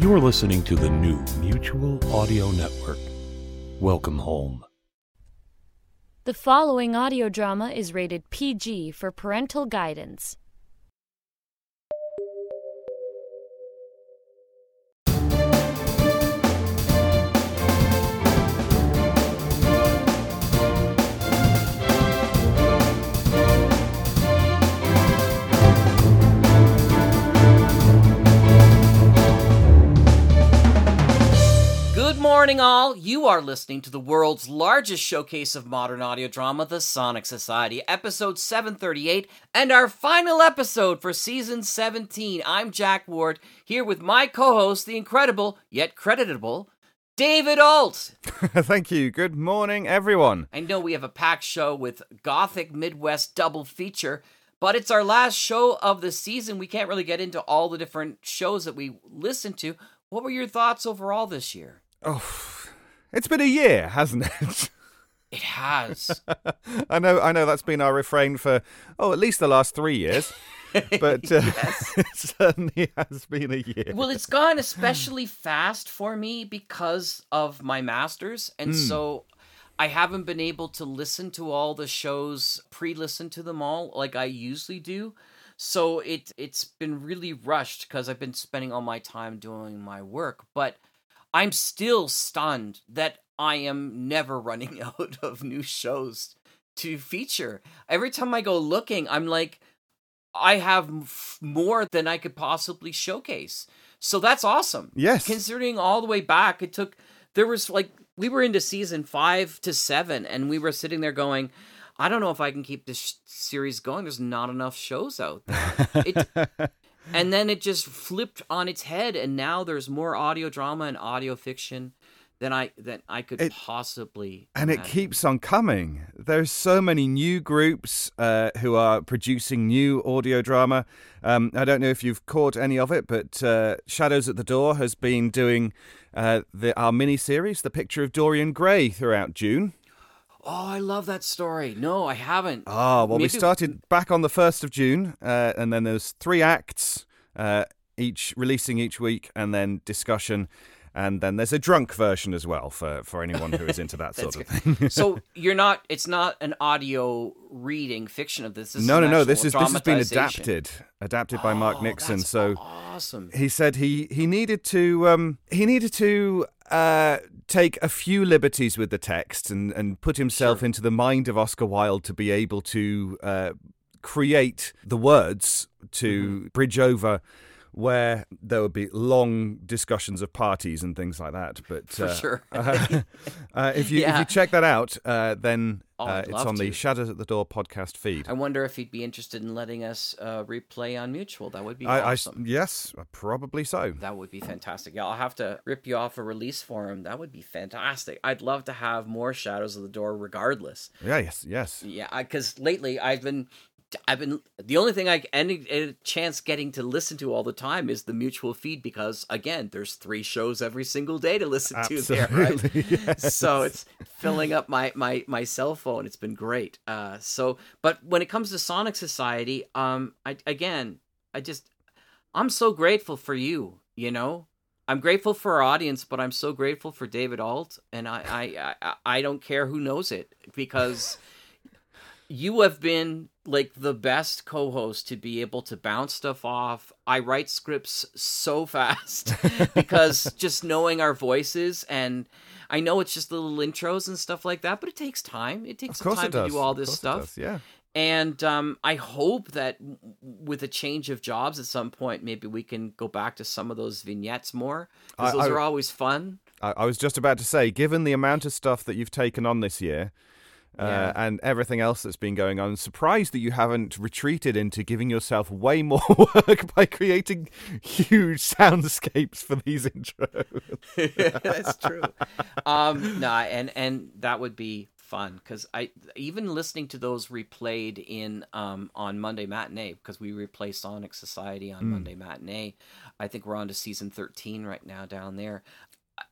You're listening to the new Mutual Audio Network. Welcome home. The following audio drama is rated PG for parental guidance. Good morning, all. You are listening to the world's largest showcase of modern audio drama, the Sonic Society, episode 738, and our final episode for season 17. I'm Jack Ward, here with my co host, the incredible, yet creditable, David Alt. Thank you. Good morning, everyone. I know we have a packed show with Gothic Midwest double feature, but it's our last show of the season. We can't really get into all the different shows that we listened to. What were your thoughts overall this year? Oh, It's been a year, hasn't it? It has. I know. I know that's been our refrain for oh, at least the last three years. But uh, it certainly has been a year. well, it's gone especially fast for me because of my masters, and so I haven't been able to listen to all the shows, pre-listen to them all like I usually do. So it it's been really rushed because I've been spending all my time doing my work, but I'm still stunned that I am never running out of new shows to feature. Every time I go looking, I'm like I have m- f- more than I could possibly showcase. So that's awesome. Yes. Considering all the way back, it took, there was like, we were into season five to seven, and we were sitting there going, I don't know if I can keep this sh- series going. There's not enough shows out there. It, and then it just flipped on its head, and now there's more audio drama and audio fiction than I than I could It- possibly. and it imagine. keeps on coming. There's so many new groups uh, who are producing new audio drama. Um, I don't know if you've caught any of it, but uh, Shadows at the Door has been doing uh, the, our mini series, The Picture of Dorian Gray, throughout June. Oh, I love that story. No, I haven't. Ah, well, we Maybe- started back on the 1st of June, uh, and then there's three acts, uh, each releasing each week, and then discussion. And then there's a drunk version as well for, for anyone who is into that sort of thing. so you're not it's not an audio reading fiction of this, this is no, an no, no. actual This is this has been dramatization. adapted, adapted by Oh, Mark Nixon. that's So awesome he said he he needed to um, he needed to uh, take a few liberties with the text and and put himself into the mind of Oscar Wilde to be able to uh, create the words to Mm-hmm. bridge over where there would be long discussions of parties and things like that. But For sure. uh, uh, if you if Yeah. you check that out, uh, then Oh, uh, I'd it's love on the to. Shadows at the Door podcast feed. i wonder if he'd be interested in letting us uh, replay on mutual that would be I- I s- awesome yes, uh, probably so. that would be fantastic yeah i'll have to rip you off a release for him that would be fantastic i'd love to have more shadows of the door regardless Yeah, yes, yes. Yeah, because lately I've been, I've been the only thing I any a chance getting to listen to all the time is the mutual feed because again, there's three shows every single day to listen to there, right? Absolutely, So it's filling up my my my cell phone. It's been great. Uh, so but when it comes to Sonic Society, um, I again, I just, I'm so grateful for you. You know. I'm grateful for our audience, but I'm so grateful for David Alt, and I, I, I, I don't care who knows it because you have been like the best co-host to be able to bounce stuff off. I write scripts so fast because just knowing our voices and I know it's just little intros and stuff like that, but it takes time. It takes Of some course time it does. to do all Of this course it stuff. does, Yeah. And um, I hope that w- with a change of jobs at some point, maybe we can go back to some of those vignettes more because I- those I- are always fun. I, I was just about to say, given the amount of stuff that you've taken on this year, uh, Yeah. and everything else that's been going on. Surprised that you haven't retreated into giving yourself way more work by creating huge soundscapes for these intros. That's true. um, no, and and that would be fun because I even listening to those replayed in um, on Monday matinee because we replay Sonic Society Hmm. on Monday matinee. I think we're on to season thirteen right now down there.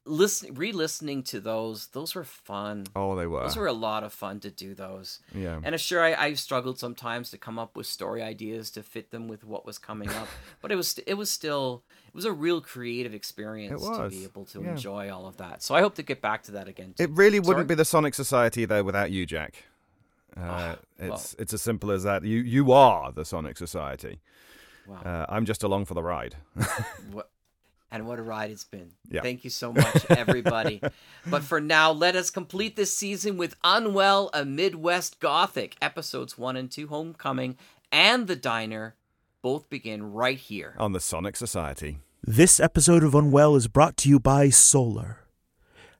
Listen, re-listening to those, those were fun. Oh, they were. Those were a lot of fun to do those. Yeah. And I'm sure I, I struggled sometimes to come up with story ideas to fit them with what was coming up, but it was it was still it was a real creative experience to was, be able to yeah. enjoy all of that. So I hope to get back to that again. It too. really wouldn't Sorry? be the Sonic Society though without you, Jack. Uh, it's Ah, well. it's as simple as that. You you are the Sonic Society. Wow. Uh, I'm just along for the ride. What, and what a ride it's been. Yeah. Thank you so much, everybody. but for now, let us complete this season with Unwell, a Midwest Gothic. Episodes 1 and 2, Homecoming, and The Diner both begin right here. on the Sonic Society. This episode of Unwell is brought to you by Solar.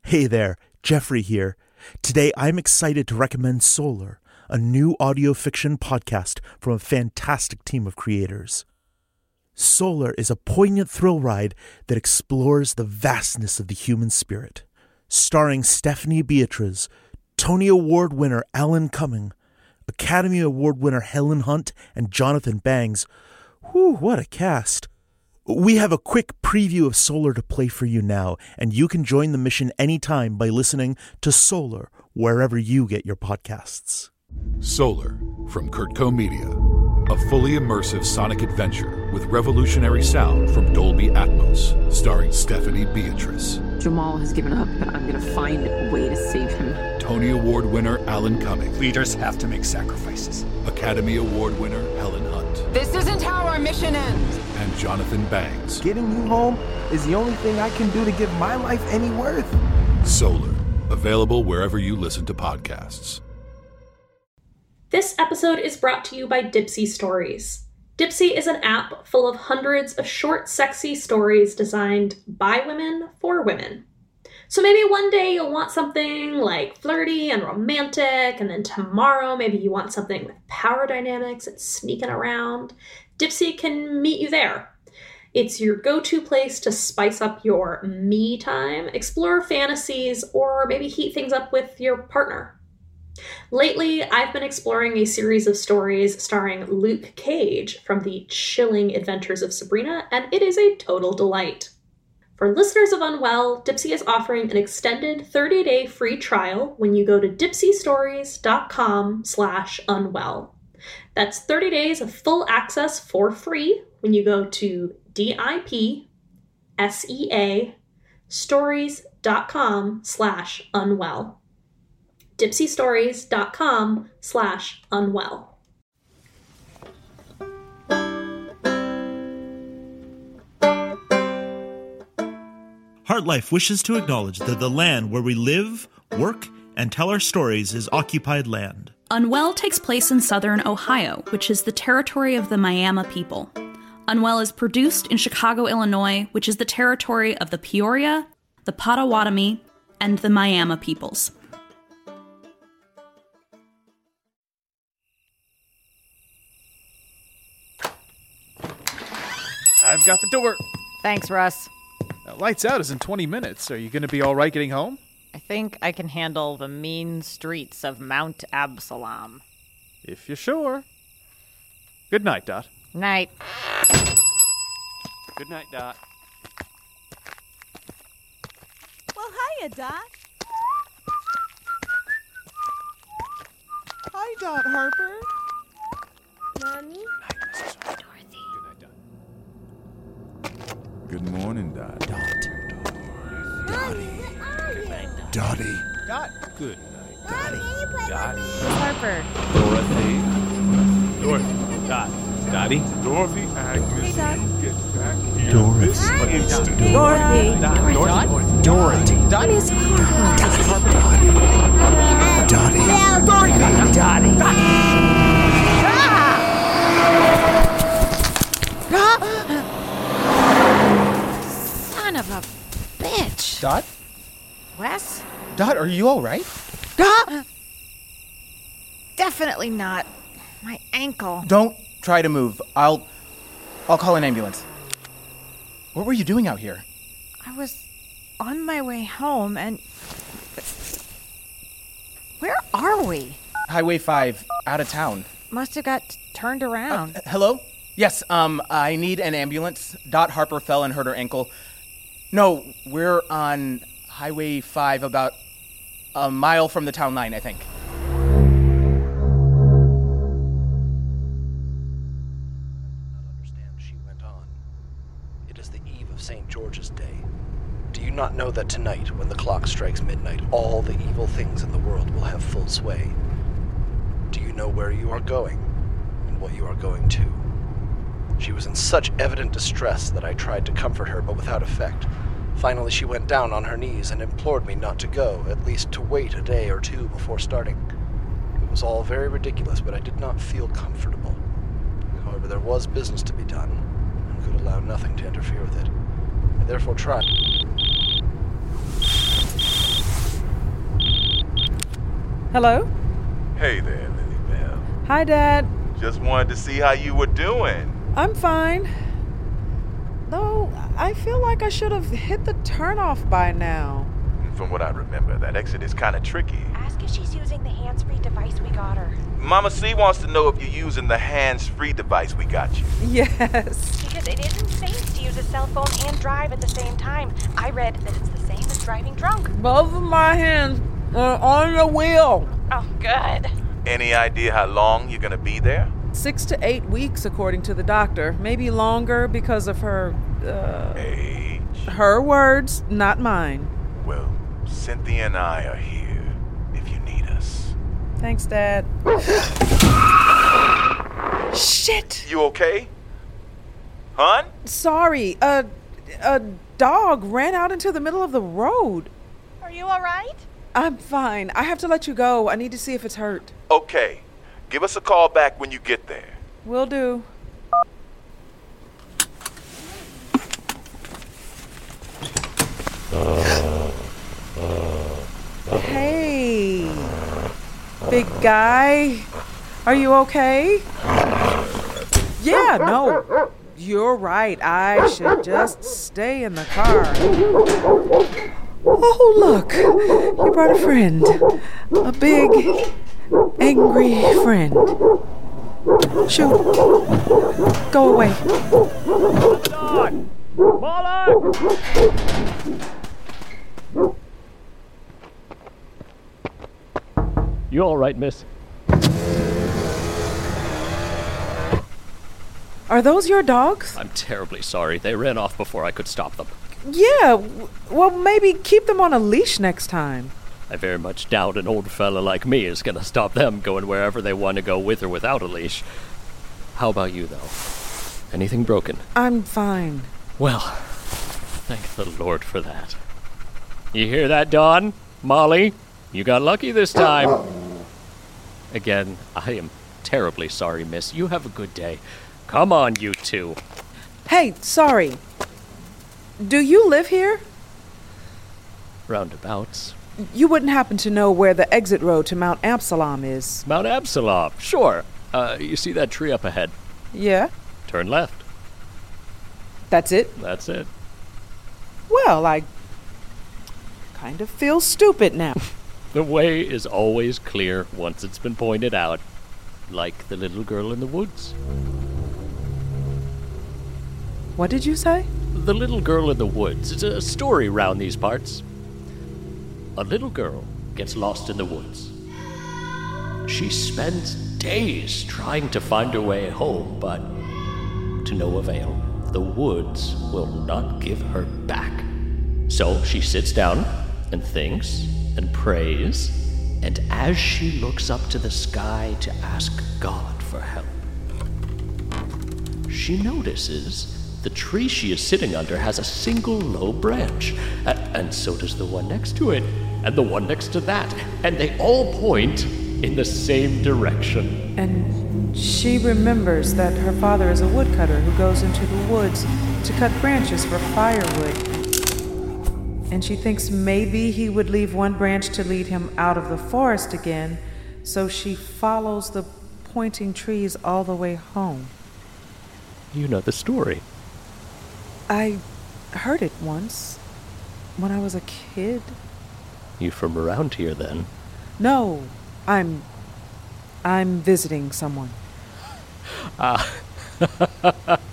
Hey there, Jeffrey here. Today I'm excited to recommend Solar, a new audio fiction podcast from a fantastic team of creators. Solar is a poignant thrill ride that explores the vastness of the human spirit. Starring Stephanie Beatriz, Tony Award winner Alan Cumming, Academy Award winner Helen Hunt, and Jonathan Bangs. Whew, what a cast! We have a quick preview of Solar to play for you now, and you can join the mission anytime by listening to Solar wherever you get your podcasts. Solar from Kurtco Media. A fully immersive sonic adventure with revolutionary sound from Dolby Atmos, starring Stephanie Beatrice, Jamal has given up, but I'm gonna find a way to save him. Tony Award winner Alan Cumming, Leaders have to make sacrifices. Academy Award winner Helen Hunt, This isn't how our mission ends! and Jonathan Bangs. Getting you home is the only thing I can do to give my life any worth. Solar, available wherever you listen to podcasts. This episode is brought to you by Dipsy Stories. Dipsy is an app full of hundreds of short, sexy stories designed by women for women. So maybe one day you'll want something like flirty and romantic, and then tomorrow maybe you want something with power dynamics and sneaking around. Dipsy can meet you there. It's your go to place to spice up your me time, explore fantasies, or maybe heat things up with your partner. Lately, I've been exploring a series of stories starring Luke Cage from the chilling adventures of Sabrina, and it is a total delight. For listeners of Unwell, Dipsy is offering an extended 30-day free trial when you go to dipsystories.com slash unwell. That's 30 days of full access for free when you go to E D-I-P-S-E-A stories.com slash unwell dipsystories.com slash unwell. Heartlife wishes to acknowledge that the land where we live, work, and tell our stories is occupied land. Unwell takes place in southern Ohio, which is the territory of the Miami people. Unwell is produced in Chicago, Illinois, which is the territory of the Peoria, the Potawatomi, and the Miami peoples. I've got the door. Thanks, Russ. Uh, lights out is in 20 minutes. Are you going to be all right getting home? I think I can handle the mean streets of Mount Absalom. If you're sure. Good night, Dot. Night. Good night, Dot. Well, hiya, Dot. Hi, Dot Harper. Mommy? Good morning, Dot. Dot. Dottie. Dot. Good night. Mommy, you play with Harper. Dorothy. Dorothy. Dot. Dottie. Dorothy Agnes. Hey, Dot. Get back here. Dorothy. Dot. Dorothy. Dorothy. Dot. Dottie. Dorothy. Dottie. Son of a bitch. Dot. Wes? Dot, are you all right? Definitely not. My ankle. Don't try to move. I'll. I'll call an ambulance. What were you doing out here? I was on my way home and. Where are we? Highway 5, out of town. Must have got turned Uh, around. Hello? Yes, um, I need an ambulance. Dot Harper fell and hurt her ankle. No, we're on Highway 5, about a mile from the town line, I think. It is the eve of St. George's Day. Do you not know that tonight, when the clock strikes midnight, all the evil things in the world will have full sway? Do you know where you are going and what you are going to? She was in such evident distress that I tried to comfort her, but without effect. Finally, she went down on her knees and implored me not to go, at least to wait a day or two before starting. It was all very ridiculous, but I did not feel comfortable. However, there was business to be done, and could allow nothing to interfere with it. I therefore tried. Hello? Hey there, Lily Bell. Hi, Dad. Just wanted to see how you were doing. I'm fine. Though, I feel like I should have hit the turnoff by now. From what I remember, that exit is kind of tricky. Ask if she's using the hands-free device we got her. Mama C wants to know if you're using the hands free device we got you. Yes. Because it isn't safe to use a cell phone and drive at the same time. I read that it's the same as driving drunk. Both of my hands are on the wheel. Oh, good. Any idea how long you're going to be there? Six to eight weeks, according to the doctor. Maybe longer because of her. Uh, Age. Her words, not mine. Well, Cynthia and I are here if you need us. Thanks, Dad. Shit! You okay? Hun? Sorry, a, a dog ran out into the middle of the road. Are you all right? I'm fine. I have to let you go. I need to see if it's hurt. Okay. Give us a call back when you get there. Will do. Hey, big guy. Are you okay? Yeah, no. You're right. I should just stay in the car. Oh, look. You brought a friend. A big, angry friend. Shoot. Go away. You all right, miss? Are those your dogs? I'm terribly sorry. They ran off before I could stop them. Yeah. w- Well, maybe keep them on a leash next time. I very much doubt an old fella like me is gonna stop them going wherever they want to go with or without a leash. How about you, though? Anything broken? I'm fine. Well, thank the Lord for that. You hear that, Don? Molly? You got lucky this time. Again, I am terribly sorry, miss. You have a good day. Come on, you two. Hey, sorry. Do you live here? Roundabouts. You wouldn't happen to know where the exit road to Mount Absalom is. Mount Absalom, sure. Uh, you see that tree up ahead? Yeah, Turn left. that's it. That's it. Well, I kind of feel stupid now. The way is always clear once it's been pointed out, like the little girl in the woods. what did you say? The Little Girl in the Woods. It's a story round these parts. A little girl gets lost in the woods. She spends days trying to find her way home, but to no avail. The woods will not give her back. So she sits down and thinks and prays, and as she looks up to the sky to ask God for help, she notices the tree she is sitting under has a single low branch, a- and so does the one next to it, and the one next to that, and they all point in the same direction. And she remembers that her father is a woodcutter who goes into the woods to cut branches for firewood. And she thinks maybe he would leave one branch to lead him out of the forest again, so she follows the pointing trees all the way home. You know the story. I heard it once when I was a kid. You from around here then? No, I'm. I'm visiting someone. Ah.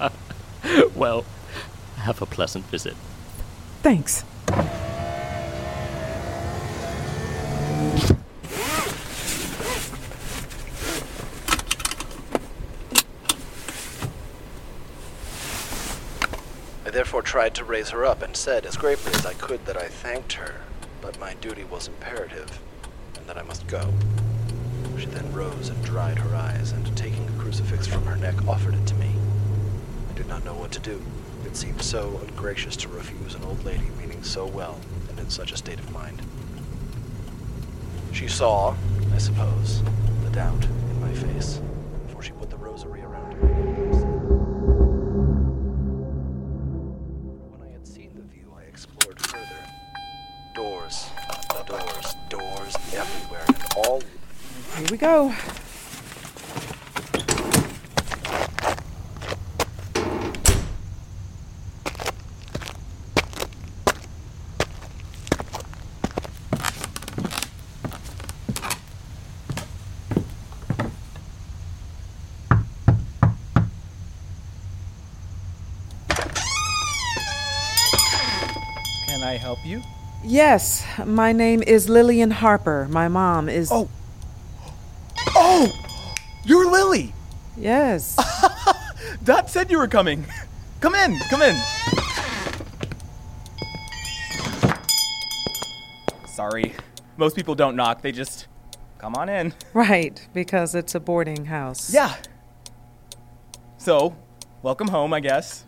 well, have a pleasant visit. Thanks. I therefore tried to raise her up and said as gravely as I could that I thanked her, but my duty was imperative, and that I must go. She then rose and dried her eyes, and taking a crucifix from her neck, offered it to me. I did not know what to do. It seemed so ungracious to refuse an old lady meaning so well and in such a state of mind. She saw, I suppose, the doubt in my face, for she put the rosary around her. When I had seen the view, I explored further. Doors, doors, doors everywhere, and all Here we go. Can I help you? Yes, my name is Lillian Harper. My mom is. Oh! Oh! You're Lily! Yes. Dot said you were coming. Come in, come in. Sorry. Most people don't knock, they just come on in. Right, because it's a boarding house. Yeah. So, welcome home, I guess.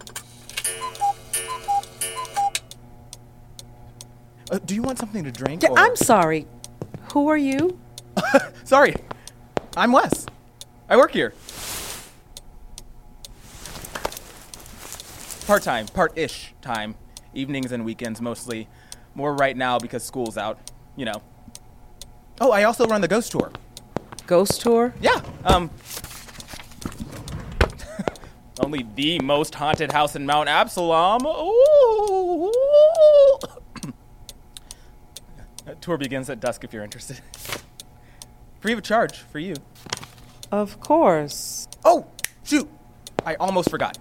Uh, do you want something to drink? Yeah, or- I'm sorry. Who are you? Sorry. I'm Wes. I work here. Part time, part ish time. Evenings and weekends mostly. More right now because school's out, you know. Oh, I also run the ghost tour. Ghost tour? Yeah. Um. only the most haunted house in Mount Absalom. Ooh. That tour begins at dusk if you're interested. Free of charge for you. Of course. Oh, shoot. I almost forgot.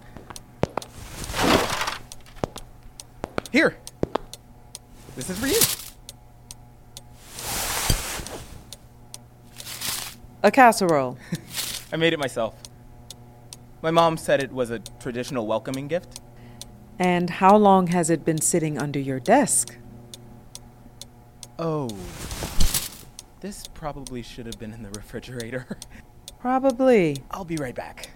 Here. This is for you. A casserole. I made it myself. My mom said it was a traditional welcoming gift. And how long has it been sitting under your desk? Oh. This probably should have been in the refrigerator. Probably. I'll be right back.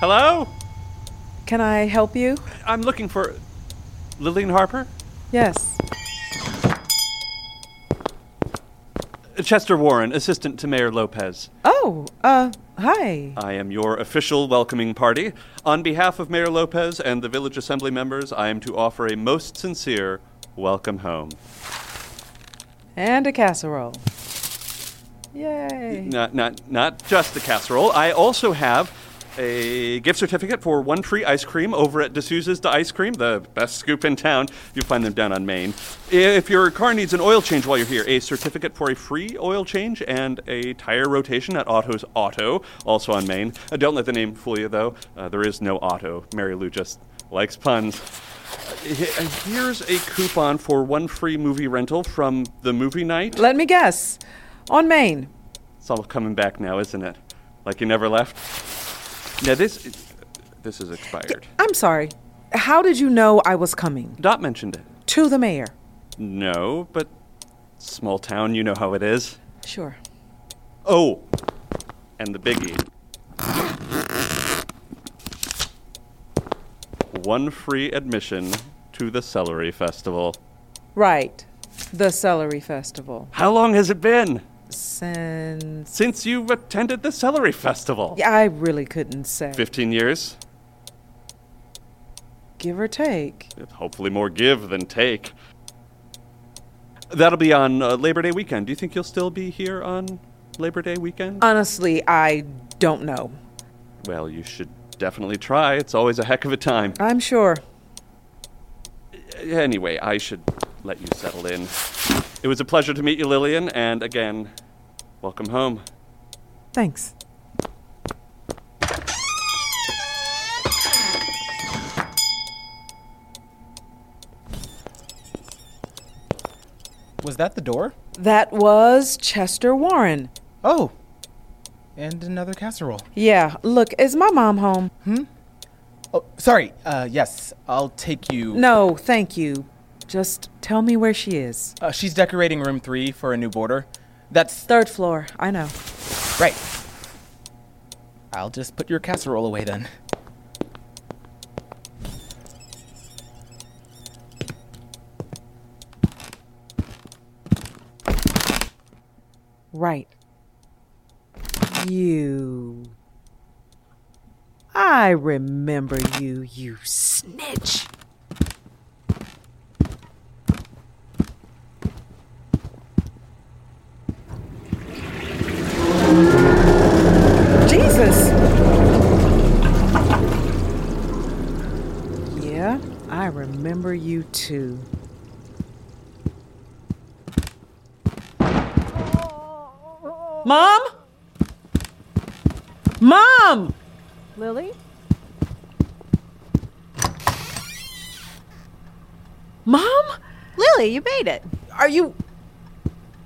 Hello? Can I help you? I'm looking for Lillian Harper? Yes. Chester Warren, assistant to Mayor Lopez. Oh, uh, hi. I am your official welcoming party. On behalf of Mayor Lopez and the village assembly members, I am to offer a most sincere welcome home. And a casserole. Yay. Not, not, not just the casserole. I also have a gift certificate for One Tree Ice Cream over at D'Souza's The Ice Cream, the best scoop in town. You'll find them down on Main. If your car needs an oil change while you're here, a certificate for a free oil change and a tire rotation at Auto's Auto, also on Main. Uh, don't let the name fool you, though. Uh, there is no Auto. Mary Lou just likes puns. Uh, he- uh, Here's a coupon for one free movie rental from the movie night. Let me guess. On Maine. It's all coming back now, isn't it? Like you never left. Now this, this is expired. I'm sorry. How did you know I was coming? Dot mentioned it. To the mayor. No, but small town, you know how it is. Sure. Oh, and the biggie. One free admission to the Celery Festival. Right. The Celery Festival. How long has it been Since. since you attended the Celery Festival? Yeah, I really couldn't say. 15 years? Give or take. Hopefully, more give than take. That'll be on uh, Labor Day weekend. Do you think you'll still be here on Labor Day weekend? Honestly, I don't know. Well, you should definitely try. It's always a heck of a time. I'm sure. Anyway, I should let you settle in. It was a pleasure to meet you, Lillian, and again, welcome home. Thanks. Was that the door? That was Chester Warren. Oh. And another casserole. Yeah, look, is my mom home? Hmm? Oh, sorry. Uh, yes, I'll take you. No, thank you. Just tell me where she is. Uh, she's decorating room three for a new border. That's third floor. I know. Right. I'll just put your casserole away then. Right. You. I remember you, you snitch. Jesus! Yeah, I remember you too. Mom? Mom! Lily? Mom? Lily, you made it. Are you.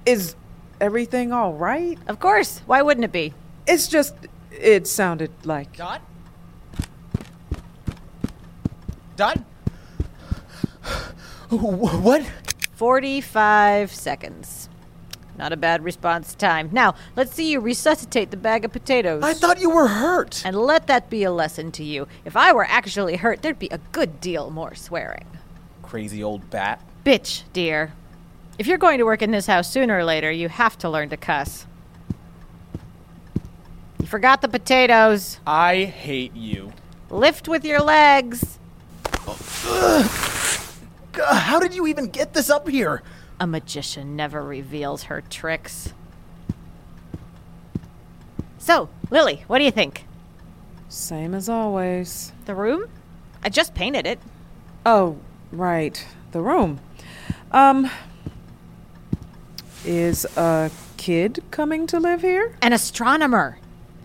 Is everything all right? Of course. Why wouldn't it be? It's just. It sounded like. Dot? Dot? what? 45 seconds. Not a bad response time. Now, let's see you resuscitate the bag of potatoes. I thought you were hurt. And let that be a lesson to you. If I were actually hurt, there'd be a good deal more swearing. Crazy old bat. Bitch, dear. If you're going to work in this house sooner or later, you have to learn to cuss. You forgot the potatoes. I hate you. Lift with your legs. Oh. How did you even get this up here? A magician never reveals her tricks. So, Lily, what do you think? Same as always. The room? I just painted it. Oh, right. The room. Um. Is a kid coming to live here? An astronomer.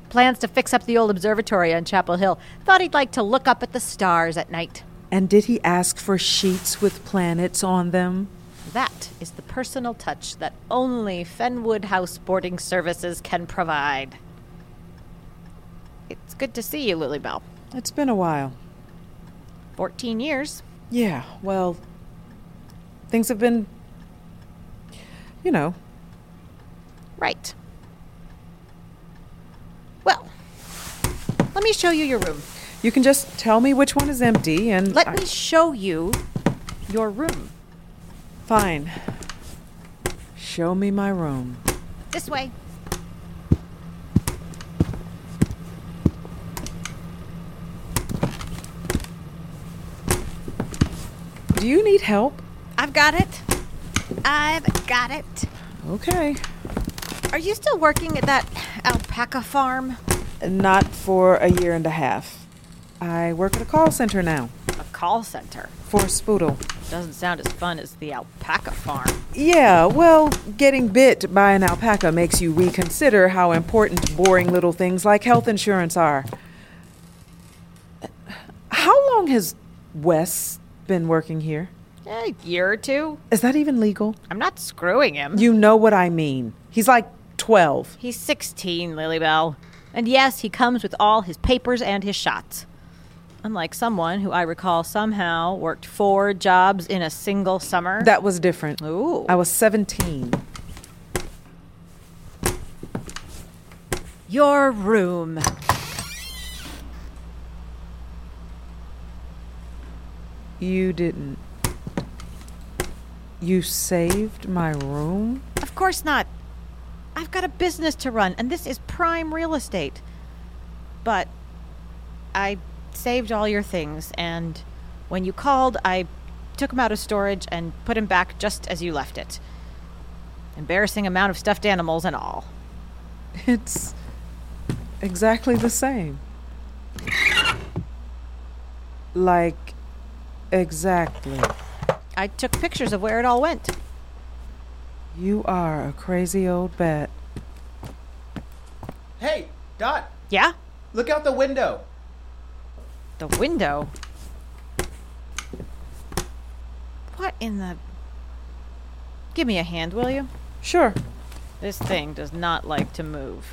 Plans to fix up the old observatory on Chapel Hill. Thought he'd like to look up at the stars at night. And did he ask for sheets with planets on them? That is the personal touch that only Fenwood House Boarding Services can provide. It's good to see you, Lily Bell. It's been a while. 14 years. Yeah, well, things have been. you know. Right. Well, let me show you your room. You can just tell me which one is empty and. Let I- me show you your room. Fine. Show me my room. This way. Do you need help? I've got it. I've got it. Okay. Are you still working at that alpaca farm? Not for a year and a half. I work at a call center now. A call center. For Spoodle. Doesn't sound as fun as the alpaca farm. Yeah, well, getting bit by an alpaca makes you reconsider how important boring little things like health insurance are. How long has Wes been working here? A year or two. Is that even legal? I'm not screwing him. You know what I mean. He's like 12. He's 16, Lilybell. And yes, he comes with all his papers and his shots. Unlike someone who I recall somehow worked four jobs in a single summer. That was different. Ooh. I was 17. Your room. You didn't. You saved my room? Of course not. I've got a business to run, and this is prime real estate. But I saved all your things, and When you called, I took him out of storage and put him back just as you left it. Embarrassing amount of stuffed animals and all. It's exactly the same. Like, exactly. I took pictures of where it all went. You are a crazy old bat. Hey, Dot, Yeah? look out the window. The window? What in the. Give me a hand, will you? Sure. This thing does not like to move.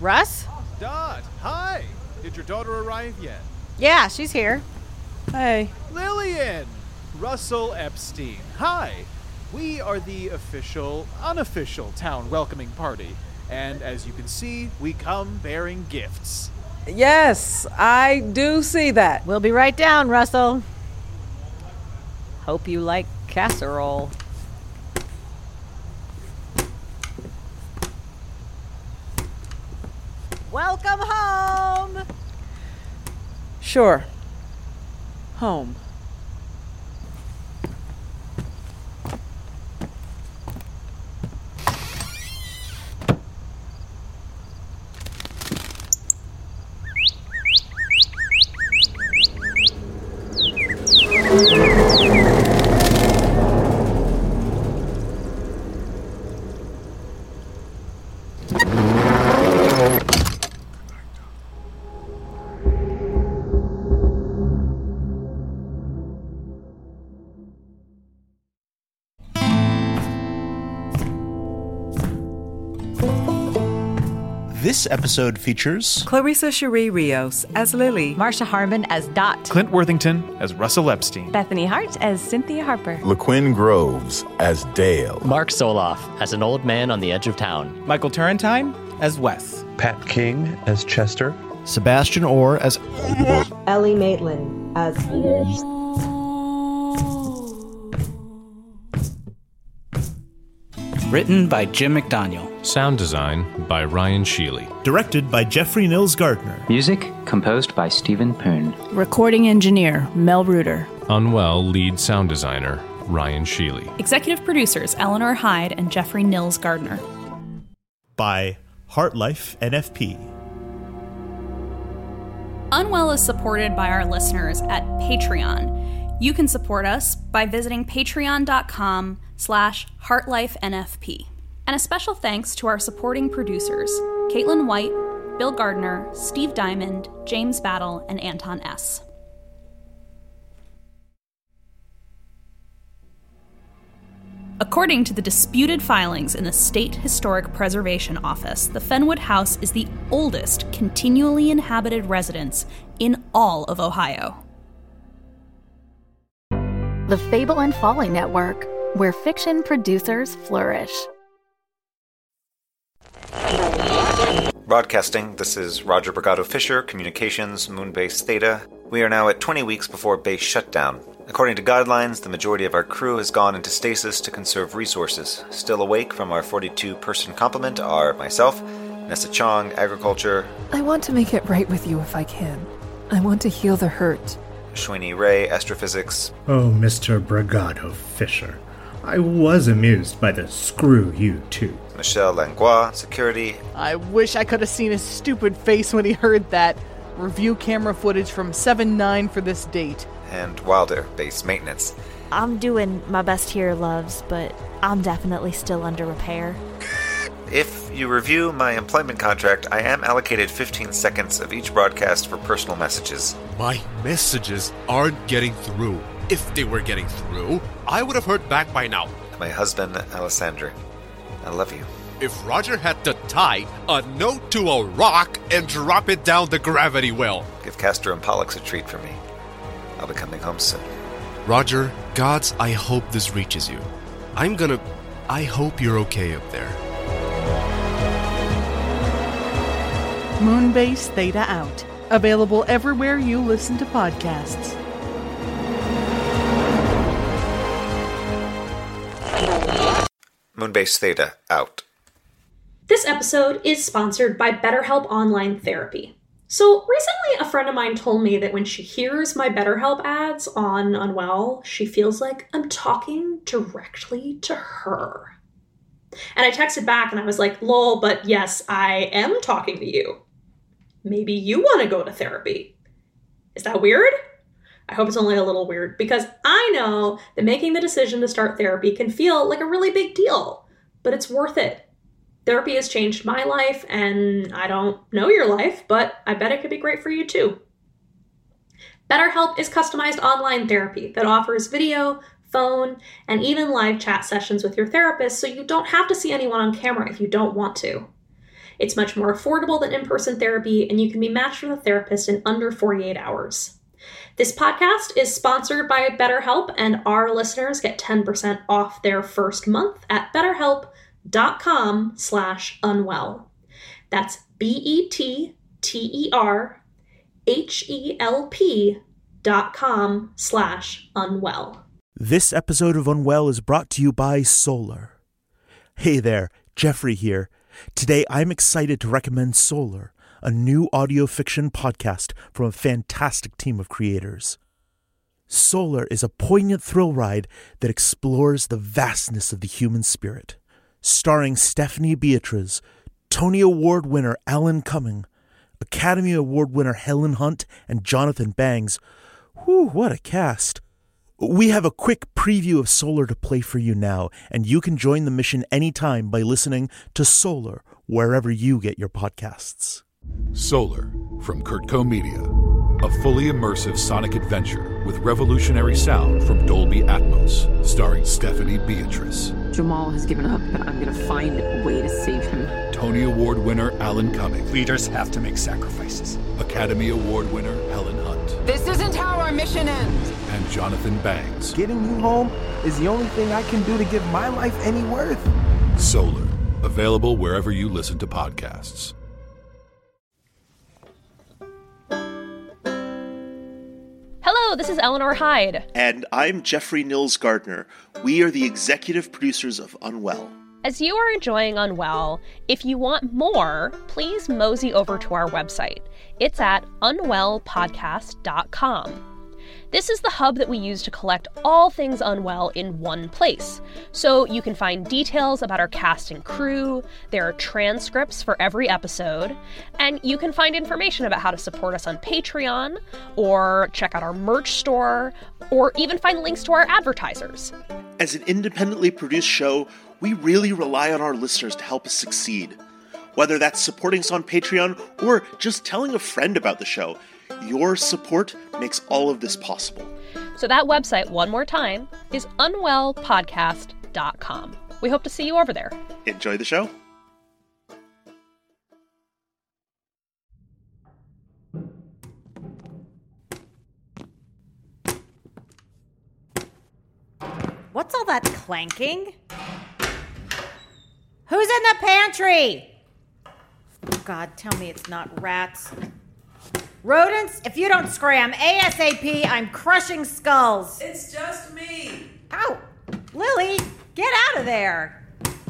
Russ? Dot, hi. Did your daughter arrive yet? Yeah, she's here. Hey. Lillian! Russell Epstein. Hi. We are the official, unofficial town welcoming party. And as you can see, we come bearing gifts. Yes, I do see that. We'll be right down, Russell. Hope you like casserole. Welcome home! Sure. Home. This episode features Clarissa Cherie Rios as Lily. Marsha Harmon as Dot. Clint Worthington as Russell Epstein. Bethany Hart as Cynthia Harper. LaQuinn Groves as Dale. Mark Soloff as an old man on the edge of town. Michael Turrentine as Wes. Pat King as Chester, Sebastian Orr as Ellie Maitland as Peters. Written by Jim McDaniel. Sound design by Ryan Sheely. Directed by Jeffrey Nils Gardner. Music composed by Stephen Poon. Recording engineer Mel Reuter. Unwell lead sound designer Ryan Sheely. Executive producers Eleanor Hyde and Jeffrey Nils Gardner. by Heartlife NFP. Unwell is supported by our listeners at Patreon. You can support us by visiting patreon.com slash heartlifenfp. And a special thanks to our supporting producers, Caitlin White, Bill Gardner, Steve Diamond, James Battle, and Anton S. According to the disputed filings in the State Historic Preservation Office, the Fenwood House is the oldest continually inhabited residence in all of Ohio. The Fable and Folly Network, where fiction producers flourish. Broadcasting, this is Roger Brigado Fisher, Communications, Moonbase Theta. We are now at 20 weeks before base shutdown. According to guidelines, the majority of our crew has gone into stasis to conserve resources. Still awake from our 42 person complement are myself, Nessa Chong, Agriculture, I want to make it right with you if I can. I want to heal the hurt. Shwini Ray, Astrophysics, Oh, Mr. Brigado Fisher, I was amused by the screw you too. Michelle Langlois, Security, I wish I could have seen his stupid face when he heard that. Review camera footage from 7 9 for this date. and Wilder, Base Maintenance. I'm doing my best here, loves, but I'm definitely still under repair. If you review my employment contract, I am allocated 15 seconds of each broadcast for personal messages. My messages aren't getting through. If they were getting through, I would have heard back by now. My husband, Alessandra, I love you. If Roger had to tie a note to a rock and drop it down the gravity well. Give Castor and Pollux a treat for me. I'll be coming home soon. Roger, gods, I hope this reaches you. I'm gonna. I hope you're okay up there. Moonbase Theta out. Available everywhere you listen to podcasts. Moonbase Theta, out. This episode is sponsored by BetterHelp Online Therapy. So, recently, a friend of mine told me that when she hears my BetterHelp ads on Unwell, she feels like I'm talking directly to her. And I texted back and I was like, lol, but yes, I am talking to you. Maybe you want to go to therapy. Is that weird? I hope it's only a little weird because I know that making the decision to start therapy can feel like a really big deal, but it's worth it. Therapy has changed my life, and I don't know your life, but I bet it could be great for you too. BetterHelp is customized online therapy that offers video, phone, and even live chat sessions with your therapist so you don't have to see anyone on camera if you don't want to. It's much more affordable than in person therapy, and you can be matched with a therapist in under 48 hours. This podcast is sponsored by BetterHelp, and our listeners get 10% off their first month at betterhelp.com slash unwell. That's E B-E-T-T-E-R-H-E-L-P E dot com slash unwell. This episode of Unwell is brought to you by Solar. Hey there, Jeffrey here. Today I'm excited to recommend Solar, a new audio fiction podcast from a fantastic team of creators. Solar is a poignant thrill ride that explores the vastness of the human spirit. Starring Stephanie Beatriz, Tony Award winner Alan Cumming, Academy Award winner Helen Hunt, and Jonathan Bangs. Whew, what a cast! We have a quick preview of Solar to play for you now, and you can join the mission anytime by listening to Solar wherever you get your podcasts. Solar from Kurtco Media. A fully immersive sonic adventure with revolutionary sound from Dolby Atmos, starring Stephanie Beatrice, Jamal has given up, but I'm gonna find a way to save him. Tony Award winner Alan Cumming, Leaders have to make sacrifices. Academy Award winner Helen Hunt, This isn't how our mission ends. and Jonathan Bangs. Getting you home is the only thing I can do to give my life any worth. Solar, available wherever you listen to podcasts. Hello, this is Eleanor Hyde. And I'm Jeffrey Nils Gardner. We are the executive producers of Unwell. As you are enjoying Unwell, if you want more, please mosey over to our website. It's at unwellpodcast.com. This is the hub that we use to collect all things Unwell in one place. So you can find details about our cast and crew, there are transcripts for every episode, and you can find information about how to support us on Patreon, or check out our merch store, or even find links to our advertisers. As an independently produced show, we really rely on our listeners to help us succeed. Whether that's supporting us on Patreon or just telling a friend about the show, your support makes all of this possible. So that website, one more time, is unwellpodcast.com. We hope to see you over there. Enjoy the show. What's all that clanking? Who's in the pantry? God, tell me it's not rats. Rodents, if you don't scram ASAP, I'm crushing skulls. It's just me. Ow! Lily, get out of there.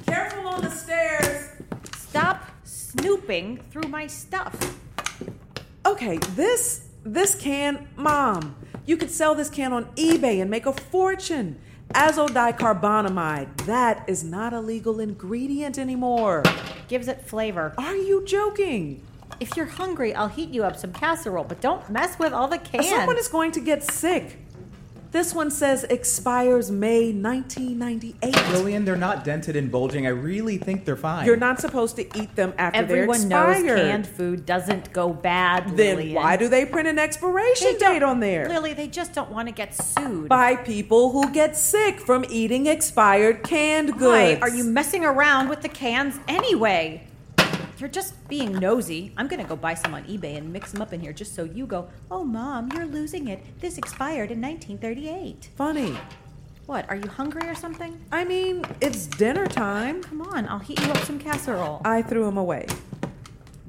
Careful on the stairs. Stop snooping through my stuff. Okay, this this can, mom. You could sell this can on eBay and make a fortune. Azodicarbonamide. That is not a legal ingredient anymore. Gives it flavor. Are you joking? If you're hungry, I'll heat you up some casserole, but don't mess with all the cans. Someone is going to get sick. This one says expires May 1998. Lillian, they're not dented and bulging. I really think they're fine. You're not supposed to eat them after Everyone they're knows expired. canned food doesn't go bad. Then Lillian. why do they print an expiration don't- date on there? Lily, they just don't want to get sued. By people who get sick from eating expired canned Why goods. are you messing around with the cans anyway? You're just being nosy. I'm gonna go buy some on eBay and mix them up in here just so you go, oh, mom, you're losing it. This expired in 1938. funny? What, are you hungry or something? I mean, it's dinner time. Come on, I'll heat you up some casserole. I threw them away.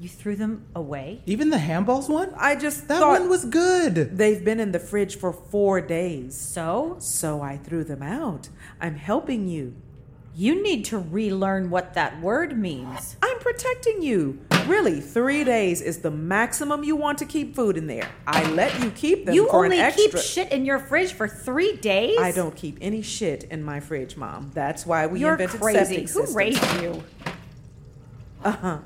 You threw them away? Even the handballs one? I just That thought one was good. they've been in the fridge for four days. So? So I threw them out. I'm helping you. You need to relearn what that word means. I'm protecting you. Really, three days is the maximum you want to keep food in there. I let you keep them You for an only keep extra- shit in your fridge for three days? I don't keep any shit in my fridge, Mom. That's why we You're invented crazy. septic Who systems. raised you? Uh huh.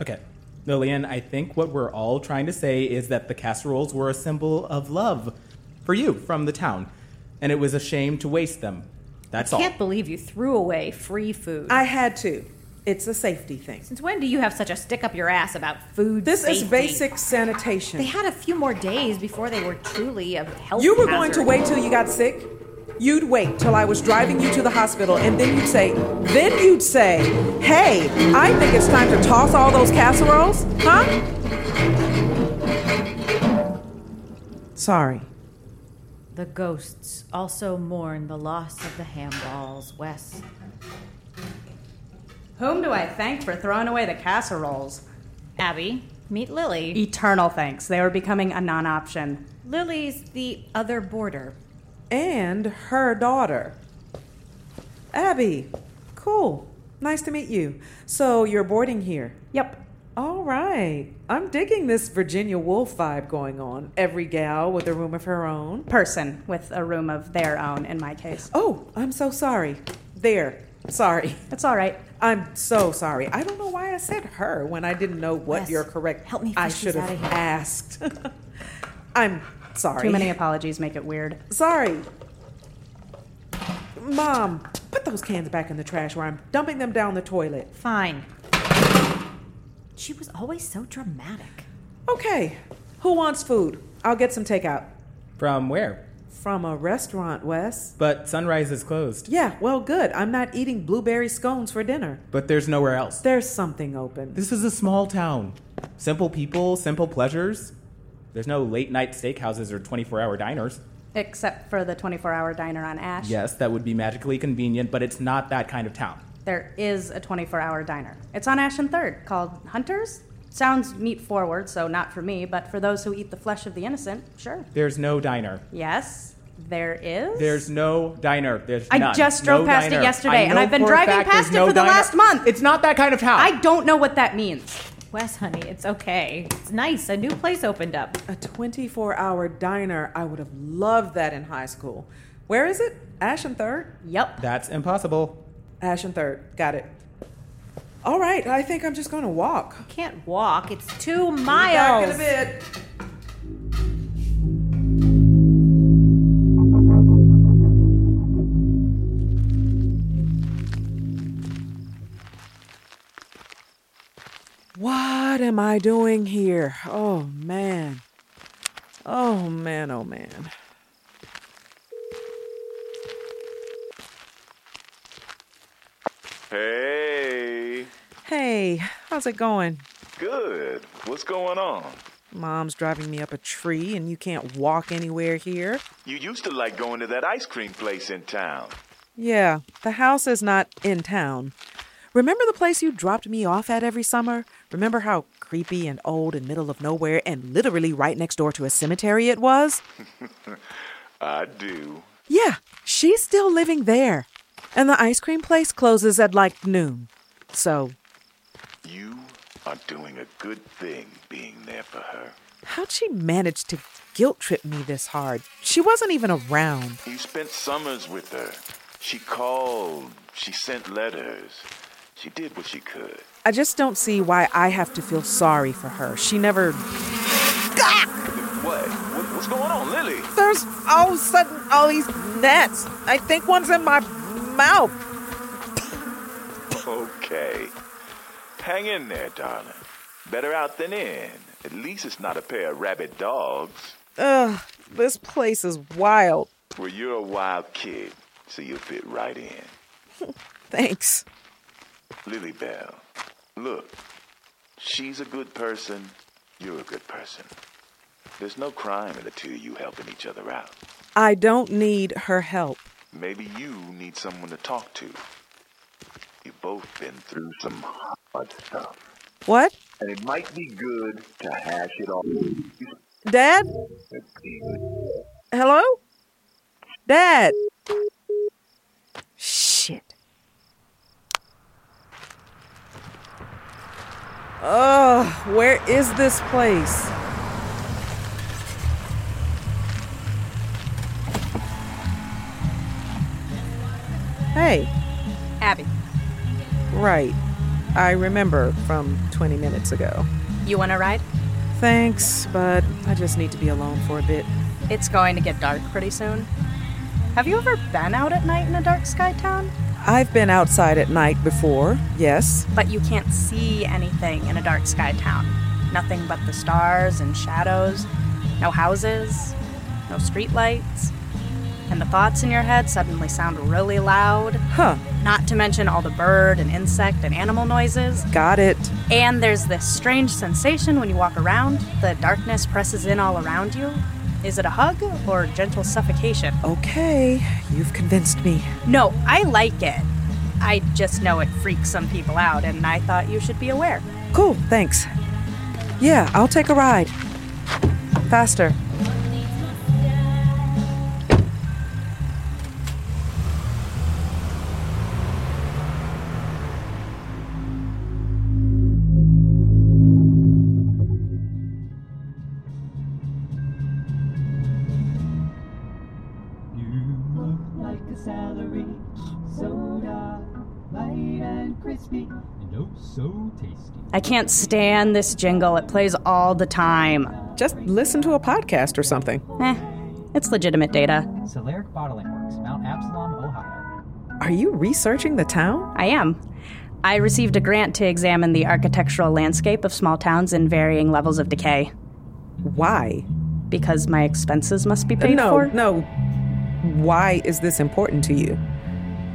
Okay. Lillian, I think what we're all trying to say is that the casseroles were a symbol of love for you from the town, and it was a shame to waste them. That's all. Can't believe you threw away free food. I had to. It's a safety thing. Since when do you have such a stick up your ass about food? This is safety? basic sanitation. They had a few more days before they were truly a health. You were hazard. going to wait till you got sick? You'd wait till I was driving you to the hospital, and then you'd say, then you'd say, hey, I think it's time to toss all those casseroles, huh? Sorry. The ghosts also mourn the loss of the ham balls, Wes. Whom do I thank for throwing away the casseroles? Abby, meet Lily. E- Eternal thanks. They were becoming a non option. Lily's the other border. And her daughter. Abby, cool. Nice to meet you. So you're boarding here? Yep. All right. I'm digging this Virginia Woolf vibe going on. Every gal with a room of her own. Person with a room of their own, in my case. Oh, I'm so sorry. There. Sorry. That's all right. I'm so sorry. I don't know why I said her when I didn't know what Wes, your correct. help me I fish should these have outta here. asked. I'm sorry. Too many apologies make it weird. Sorry. Mom, put those cans back in the trash where I'm dumping them down the toilet. Fine. She was always so dramatic. Okay. Who wants food? I'll get some takeout. From where? From a restaurant, Wes. But Sunrise is closed. Yeah, well, good. I'm not eating blueberry scones for dinner. But there's nowhere else. There's something open. This is a small town. Simple people, simple pleasures. There's no late night steakhouses or 24 hour diners. Except for the 24 hour diner on Ash. Yes, that would be magically convenient, but it's not that kind of town. There is a 24 hour diner. It's on Ash and 3rd called Hunters. Sounds meat forward, so not for me, but for those who eat the flesh of the innocent, sure. There's no diner. Yes, there is. There's no diner. There's I none. just No drove past diner. it yesterday, I and know I've been for a driving fact past it there's no for the diner. last month. It's not that kind of town. I don't know what that means. Wes, honey, it's okay. It's nice. A new place opened up. A 24 hour diner. I would have loved that in high school. Where is it? Ash and Third? Yep. That's impossible. Ash and Third. Got it. All right, I think I'm just going to walk. Can't walk. It's two Back in a miles. bit. What am I doing here? Oh man. Oh man, oh man. Hey, Hey, how's it going? good. What's going on? Mom's driving me up a tree and you can't walk anywhere here. You used to like going to that ice cream place in town. Yeah, the house is not in town. Remember the place you dropped me off at every summer? Remember how creepy and old and middle of nowhere and literally right next door to a cemetery it was? I do. Yeah, she's still living there. And the ice cream place closes at like noon. So, You are doing a good thing being there for her. how'd she manage to guilt trip me this hard? She wasn't even around. You spent summers with her. She called, she sent letters. She did what she could. I just don't see why I have to feel sorry for her. She never. What? what what's going on, Lily? There's all of a sudden all these gnats. I think one's in my mouth. Okay. Hang in there, darling. Better out than in. At least it's not a pair of rabid dogs. Ugh, this place is wild. Well, you're a wild kid, so you'll fit right in. Thanks. Lily Bell, look, she's a good person. You're a good person. There's no crime in the two of you helping each other out. I don't need her help. Maybe you need someone to talk to. You've both been through some hard stuff. What? And it might be good to hash it all. Dad? Hello? Dad? Shit. Ugh, where is this place? Hey. Abby. Right. I remember from 20 minutes ago. You want to ride? Thanks, but I just need to be alone for a bit. It's going to get dark pretty soon. Have you ever been out at night in a dark sky town? I've been outside at night before, yes. But you can't see anything in a dark sky town. Nothing but the stars and shadows. No houses, no streetlights. And the thoughts in your head suddenly sound really loud. Huh. Not to mention all the bird and insect and animal noises. Got it. And there's this strange sensation when you walk around. The darkness presses in all around you. Is it a hug or gentle suffocation? Okay, you've convinced me. No, I like it. I just know it freaks some people out, and I thought you should be aware. Cool, thanks. Yeah, I'll take a ride. Faster. I can't stand this jingle. It plays all the time. Just listen to a podcast or something. Eh, it's legitimate data. Solaric Bottling Works, Mount Absalom, Ohio. Are you researching the town? I am. I received a grant to examine the architectural landscape of small towns in varying levels of decay. Why? Because my expenses must be paid no, for. No, Why is this important to you?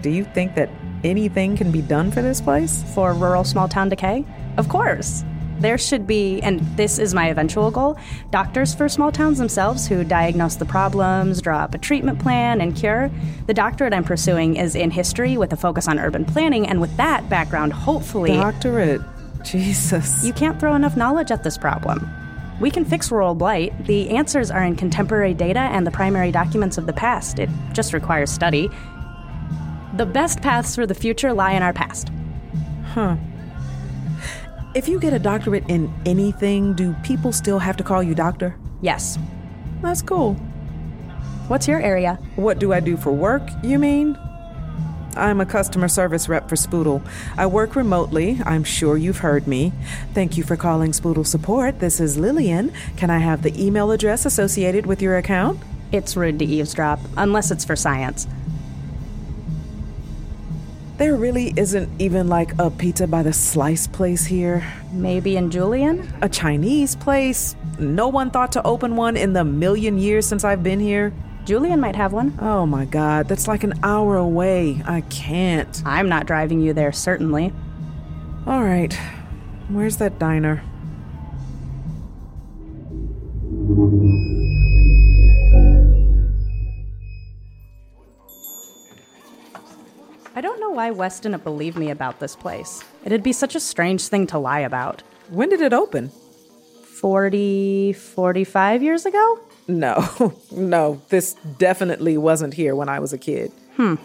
Do you think that anything can be done for this place? For rural small town decay? Of course. There should be, and this is my eventual goal, doctors for small towns themselves who diagnose the problems, draw up a treatment plan, and cure. The doctorate I'm pursuing is in history with a focus on urban planning, and with that background, hopefully. Doctorate? Jesus. You can't throw enough knowledge at this problem. We can fix rural blight. The answers are in contemporary data and the primary documents of the past. It just requires study. The best paths for the future lie in our past. Huh. If you get a doctorate in anything, do people still have to call you doctor? Yes. That's cool. What's your area? What do I do for work, you mean? I'm a customer service rep for Spoodle. I work remotely. I'm sure you've heard me. Thank you for calling Spoodle Support. This is Lillian. Can I have the email address associated with your account? It's rude to eavesdrop, unless it's for science. There really isn't even like a pizza by the slice place here. Maybe in Julian? A Chinese place. No one thought to open one in the million years since I've been here. Julian might have one. Oh my god, that's like an hour away. I can't. I'm not driving you there, certainly. All right. Where's that diner? I don't know why Wes didn't believe me about this place. It'd be such a strange thing to lie about. When did it open? 40, 45 years ago? No, no, this definitely wasn't here when I was a kid. Hmm.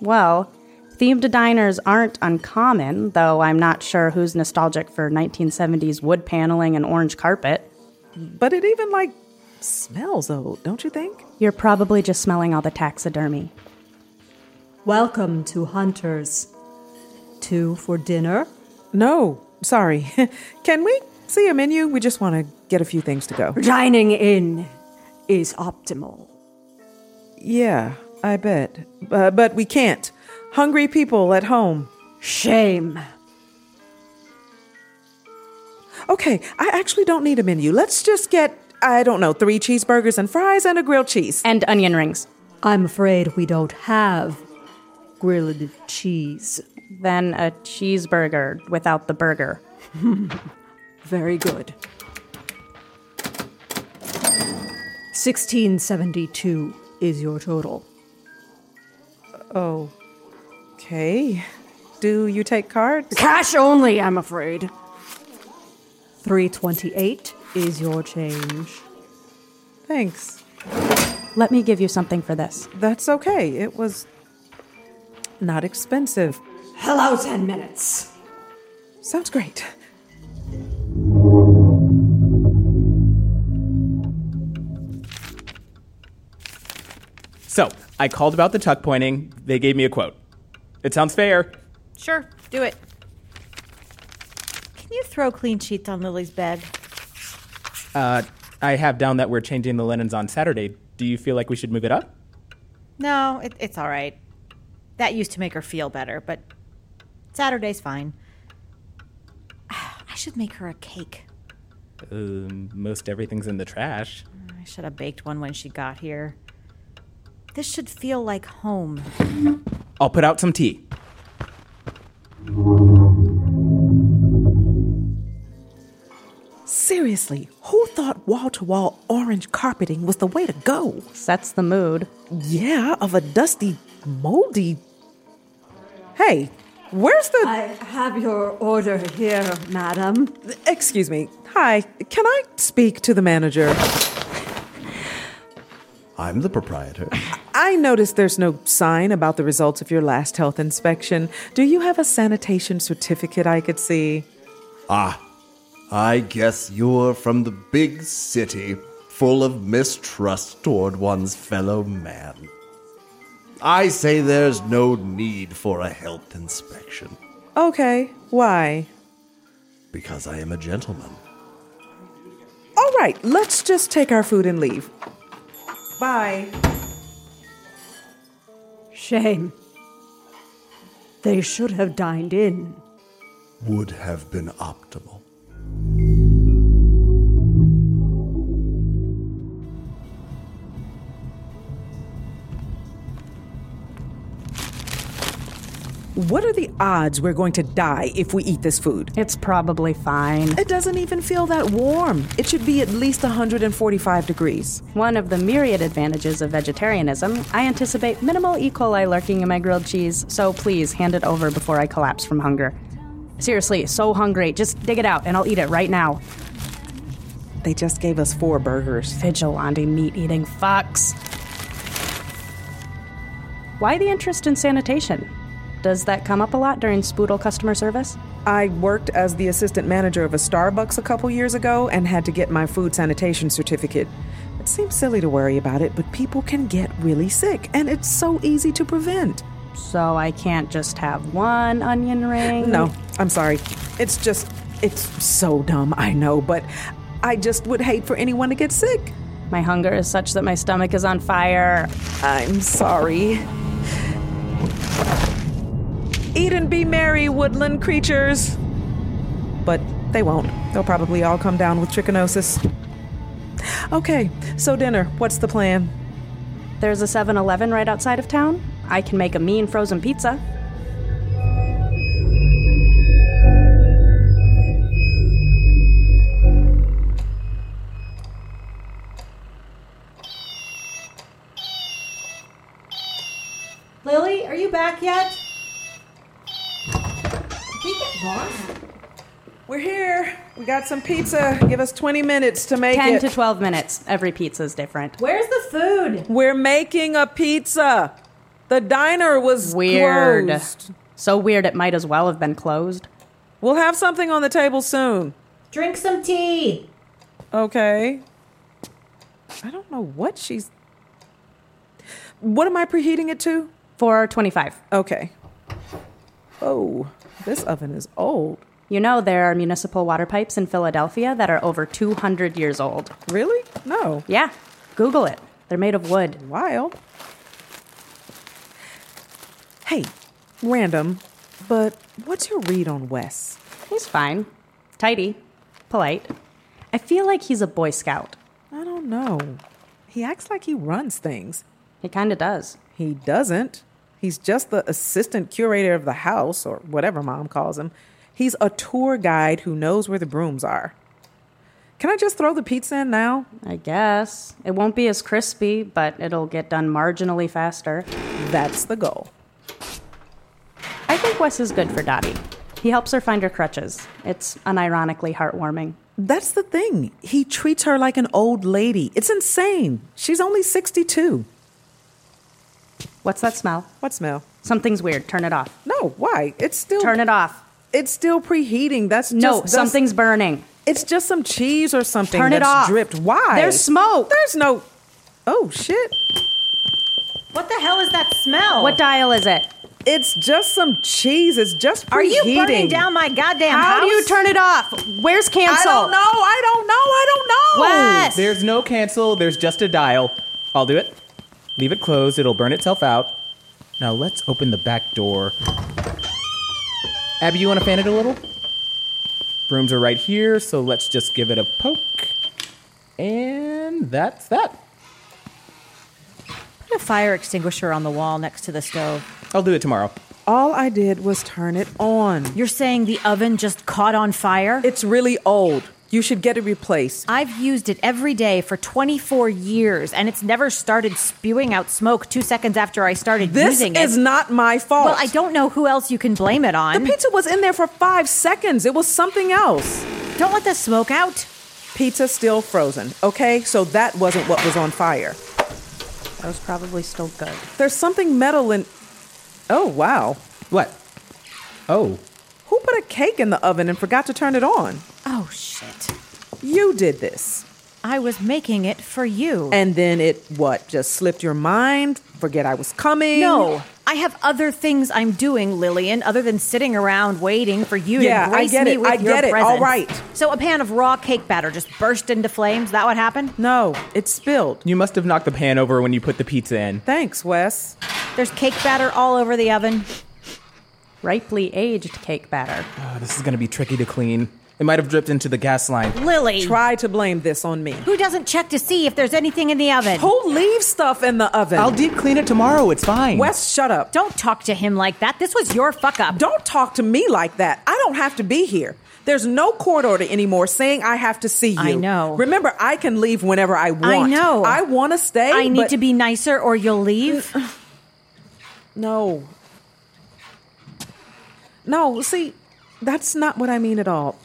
Well, themed diners aren't uncommon, though I'm not sure who's nostalgic for 1970s wood paneling and orange carpet. But it even, like, smells old, don't you think? You're probably just smelling all the taxidermy. Welcome to Hunters. Two for dinner? No, sorry. Can we see a menu? We just want to get a few things to go. Dining in is optimal. Yeah, I bet. Uh, but we can't. Hungry people at home. Shame. Okay, I actually don't need a menu. Let's just get, I don't know, three cheeseburgers and fries and a grilled cheese. And onion rings. I'm afraid we don't have grilled cheese. Then a cheeseburger without the burger. Very good. 1672 is your total. Oh. Okay. Do you take cards? Cash only, I'm afraid. 328 is your change. Thanks. Let me give you something for this. That's okay. It was not expensive. Hello, 10 minutes. Sounds great. So I called about the tuck pointing. They gave me a quote. It sounds fair. Sure, do it. Can you throw clean sheets on Lily's bed? Uh, I have down that we're changing the linens on Saturday. Do you feel like we should move it up? No, it, it's all right. That used to make her feel better, but Saturday's fine. I should make her a cake. Um, most everything's in the trash. I should have baked one when she got here. This should feel like home. I'll put out some tea. Seriously, who thought wall to wall orange carpeting was the way to go? Sets the mood. Yeah, of a dusty, moldy. Hey, where's the. I have your order here, madam. Excuse me. Hi, can I speak to the manager? I'm the proprietor. I noticed there's no sign about the results of your last health inspection. Do you have a sanitation certificate I could see? Ah, I guess you're from the big city, full of mistrust toward one's fellow man. I say there's no need for a health inspection. Okay, why? Because I am a gentleman. All right, let's just take our food and leave. Bye. Shame. They should have dined in. Would have been optimal. What are the odds we're going to die if we eat this food? It's probably fine. It doesn't even feel that warm. It should be at least 145 degrees. One of the myriad advantages of vegetarianism, I anticipate minimal E. coli lurking in my grilled cheese, so please hand it over before I collapse from hunger. Seriously, so hungry. Just dig it out and I'll eat it right now. They just gave us four burgers. Vigilante meat eating fox. Why the interest in sanitation? Does that come up a lot during Spoodle customer service? I worked as the assistant manager of a Starbucks a couple years ago and had to get my food sanitation certificate. It seems silly to worry about it, but people can get really sick, and it's so easy to prevent. So I can't just have one onion ring? No, I'm sorry. It's just, it's so dumb, I know, but I just would hate for anyone to get sick. My hunger is such that my stomach is on fire. I'm sorry. Eat and be merry, woodland creatures. But they won't. They'll probably all come down with trichinosis. Okay, so dinner, what's the plan? There's a 7 Eleven right outside of town. I can make a mean frozen pizza. Lily, are you back yet? We're here. We got some pizza. Give us 20 minutes to make 10 it. to 12 minutes. Every pizza is different. Where's the food? We're making a pizza. The diner was weird. Closed. So weird it might as well have been closed. We'll have something on the table soon. Drink some tea. Okay. I don't know what she's. What am I preheating it to? 425. Okay. Oh, this oven is old. You know, there are municipal water pipes in Philadelphia that are over 200 years old. Really? No. Yeah. Google it. They're made of wood. Wild. Hey, random, but what's your read on Wes? He's fine. Tidy. Polite. I feel like he's a Boy Scout. I don't know. He acts like he runs things. He kind of does. He doesn't. He's just the assistant curator of the house, or whatever mom calls him. He's a tour guide who knows where the brooms are. Can I just throw the pizza in now? I guess. It won't be as crispy, but it'll get done marginally faster. That's the goal. I think Wes is good for Dottie. He helps her find her crutches. It's unironically heartwarming. That's the thing. He treats her like an old lady. It's insane. She's only 62. What's that smell? What smell? Something's weird. Turn it off. No, why? It's still. Turn it off. It's still preheating. That's just, No, that's- something's burning. It's just some cheese or something. Turn it that's off. Dripped. Why? There's smoke. There's no. Oh shit. What the hell is that smell? What dial is it? It's just some cheese. It's just preheating. Are you burning down my goddamn How house? do you turn it off? Where's cancel? I don't know. I don't know. I don't know. Wes! There's no cancel, there's just a dial. I'll do it. Leave it closed, it'll burn itself out. Now let's open the back door. Abby, you want to fan it a little? Brooms are right here, so let's just give it a poke. And that's that. Put a fire extinguisher on the wall next to the stove. I'll do it tomorrow. All I did was turn it on. You're saying the oven just caught on fire? It's really old. You should get it replaced. I've used it every day for 24 years, and it's never started spewing out smoke two seconds after I started This using it. is not my fault. Well, I don't know who else you can blame it on. The pizza was in there for five seconds. It was something else. Don't let the smoke out. Pizza still frozen, okay? So that wasn't what was on fire. That was probably still good. There's something metal in. Oh, wow. What? Oh. Who put a cake in the oven and forgot to turn it on? Oh, shit. You did this. I was making it for you. And then it, what, just slipped your mind? Forget I was coming? No, I have other things I'm doing, Lillian, other than sitting around waiting for you Yeah, to grace I get me it. with I your get it. presence. All right. So a pan of raw cake batter just burst into flames. That what happened? No, it spilled. You must have knocked the pan over when you put the pizza in. Thanks, Wes. There's cake batter all over the oven. Ripely aged cake batter. Oh, this is going to be tricky to clean. It might have dripped into the gas line. Lily, Try to blame this on me. who doesn't check to see if there's anything in the oven? Who leaves stuff in the oven? I'll deep clean it tomorrow. It's fine. Wes, shut up. Don't talk to him like that. This was your fuck up. Don't talk to me like that. I don't have to be here. There's no court order anymore saying I have to see you. I know. Remember, I can leave whenever I want. I know. I want to stay. I need but- to be nicer or you'll leave. No. No, see, that's not what I mean at all.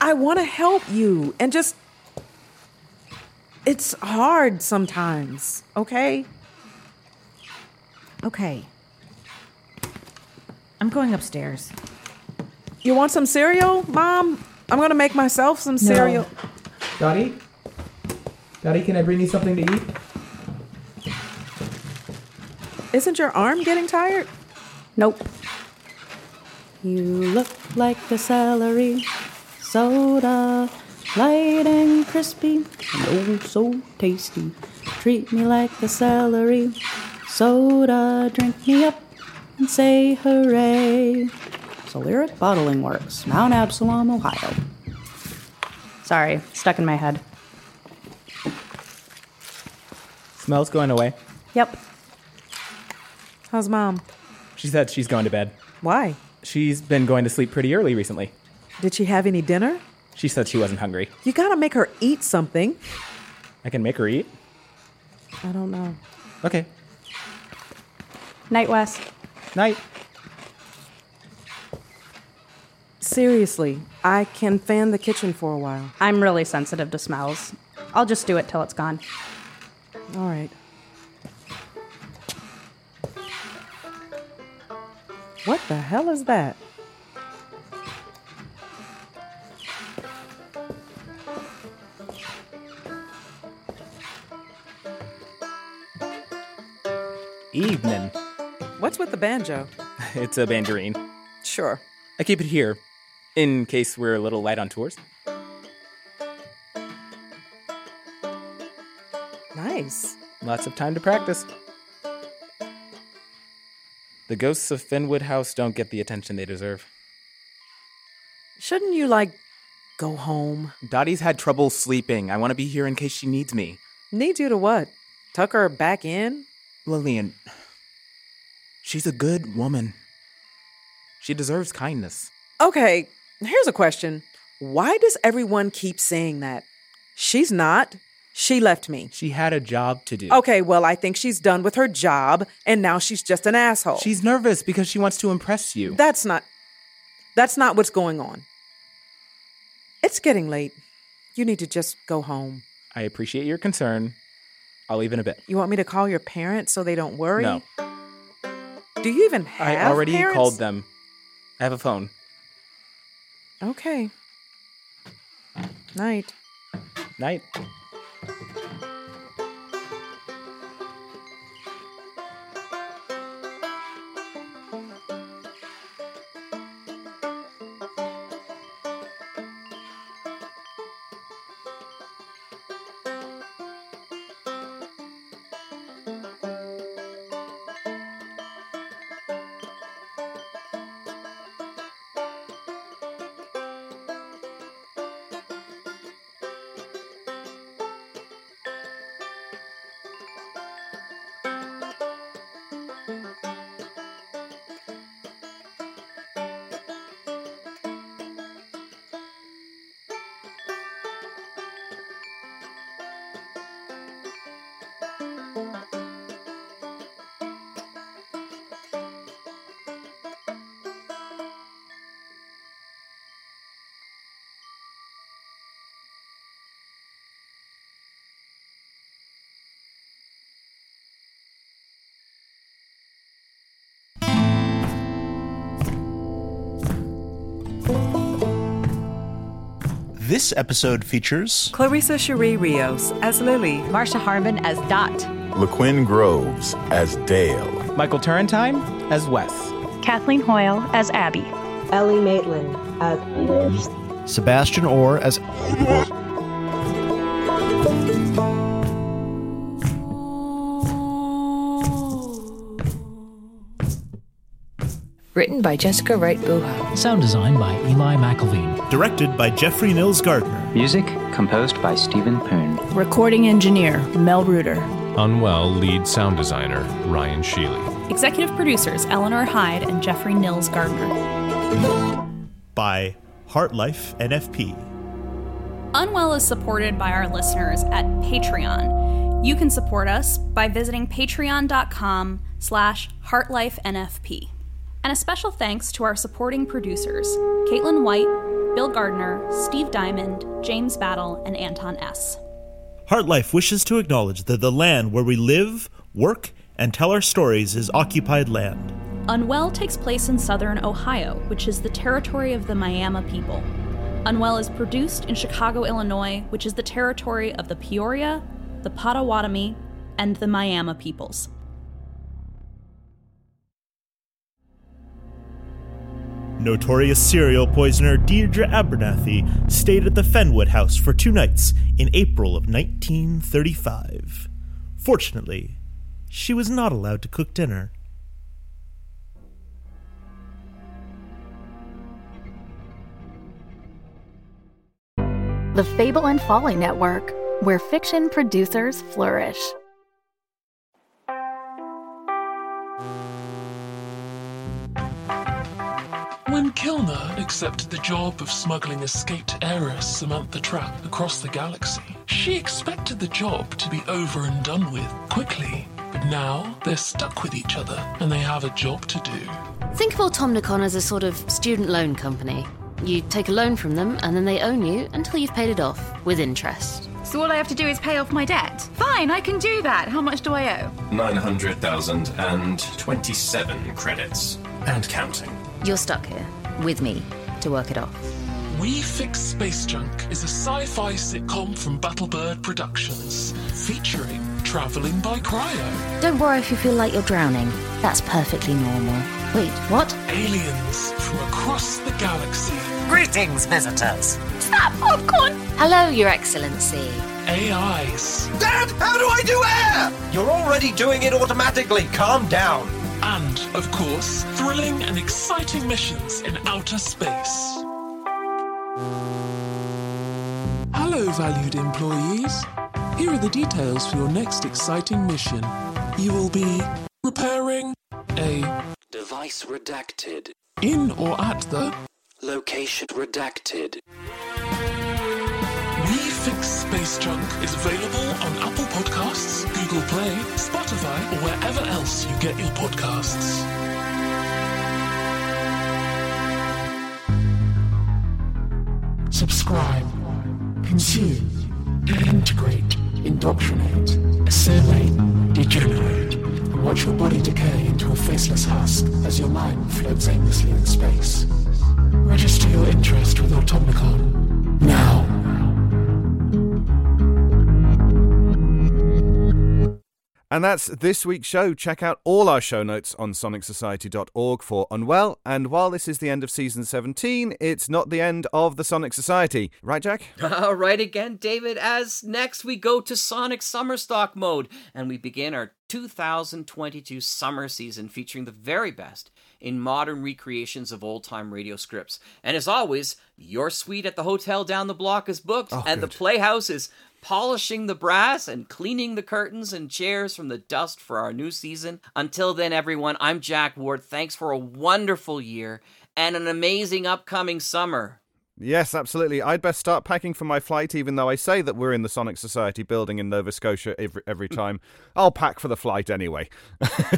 I want to help you and just. It's hard sometimes, okay? okay. I'm going upstairs. You want some cereal, Mom? I'm gonna make myself some cereal. Dottie? Dottie, can I bring you something to eat? Isn't your arm getting tired? Nope. You look like the celery, soda, light and crispy, and oh so tasty. Treat me like the celery, soda, drink me up and say hooray. Soleric Bottling Works, Mount Absalom, Ohio. Sorry, stuck in my head. Smell's going away. Yep. How's Mom? She said she's going to bed. Why? She's been going to sleep pretty early recently. Did she have any dinner? She said she wasn't hungry. You gotta make her eat something. I can make her eat. I don't know. Okay. Night West. Night. Seriously, I can fan the kitchen for a while. I'm really sensitive to smells. I'll just do it till it's gone. All right. What the hell is that? Evening. What's with the banjo? It's a bangerine. Sure. I keep it here in case we're a little light on tours. Nice. Lots of time to practice. The ghosts of Fenwood House don't get the attention they deserve. Shouldn't you, like, go home? Dottie's had trouble sleeping. I want to be here in case she needs me. Need you to what? Tuck her back in? Lillian, she's a good woman. She deserves kindness. Okay, here's a question. Why does everyone keep saying that? She's not. She left me. She had a job to do. Okay, well, I think she's done with her job and now she's just an asshole. She's nervous because she wants to impress you. That's not That's not what's going on. It's getting late. You need to just go home. I appreciate your concern. I'll leave in a bit. You want me to call your parents so they don't worry? No, Do you even have I already parents? called them. I have a phone. Okay. Night. Night. This episode features Clarissa Cherie Rios as Lily, Marsha Harmon as Dot, LaQuinn Groves as Dale, Michael Turrentine as Wes, Kathleen Hoyle as Abby, Ellie Maitland uh, as Peters, Sebastian Orr as. Written by Jessica Wright Buha. Sound design by Eli McElveen. Directed by Jeffrey Nils Gardner. Music composed by Stephen Poon. Recording engineer Mel Reuter. Unwell lead sound designer Ryan Sheely. Executive producers Eleanor Hyde and Jeffrey Nils Gardner. By Heartlife NFP. Unwell is supported by our listeners at Patreon. You can support us by visiting patreon.com slash heartlifenfp. And a special thanks to our supporting producers, Caitlin White, Bill Gardner, Steve Diamond, James Battle, and Anton S. Heartlife wishes to acknowledge that the land where we live, work, and tell our stories is occupied land. Unwell takes place in southern Ohio, which is the territory of the Miami people. Unwell is produced in Chicago, Illinois, which is the territory of the Peoria, the Potawatomi, and the Miami peoples. Notorious serial poisoner Deirdre Abernathy stayed at the Fenwood House for two nights in April of 1935. Fortunately, she was not allowed to cook dinner. The Fable and Folly Network, where fiction producers flourish. When Kilner accepted the job of smuggling escaped heiress Samantha Trapp across the galaxy, she expected the job to be over and done with quickly. But now they're stuck with each other and they have a job to do. Think of Automnicon as a sort of student loan company. You take a loan from them and then they own you until you've paid it off with interest. So all I have to do is pay off my debt. Fine, I can do that. How much do I owe? 900,027 credits and counting. You're stuck here with me to work it off. We Fix Space Junk is a sci fi sitcom from Battlebird Productions featuring traveling by cryo. Don't worry if you feel like you're drowning, that's perfectly normal. Wait, what? Aliens from across the galaxy. Greetings, visitors. Stop, Ah, popcorn! Hello, Your Excellency. AIs. Dad, how do I do air? You're already doing it automatically. Calm down. And, of course, thrilling and exciting missions in outer space. Hello, valued employees. Here are the details for your next exciting mission. You will be repairing a device redacted in or at the location redacted. We Fix Space Junk is available on Apple Podcasts, Google Play, Spotify, or wherever else you get your podcasts. Subscribe, consume, integrate, indoctrinate, assimilate, degenerate, and watch your body decay into a faceless husk as your mind floats aimlessly in space. Register your interest with Automnicon now. And that's this week's show. Check out all our show notes on sonicsociety.org for Unwell. And while this is the end of season 17, it's not the end of the Sonic Society. Right, Jack? All right, again, David. As next, we go to Sonic Summer Stock mode and we begin our 2022 summer season featuring the very best in modern recreations of old time radio scripts. And as always, your suite at the hotel down the block is booked, Oh, and good. the Playhouse is polishing the brass and cleaning the curtains and chairs from the dust for our new season. Until then, everyone, I'm Jack Ward. Thanks for a wonderful year and an amazing upcoming summer. Yes, absolutely. I'd best start packing for my flight, even though I say that we're in the Sonic Society building in Nova Scotia every, every time. I'll pack for the flight anyway.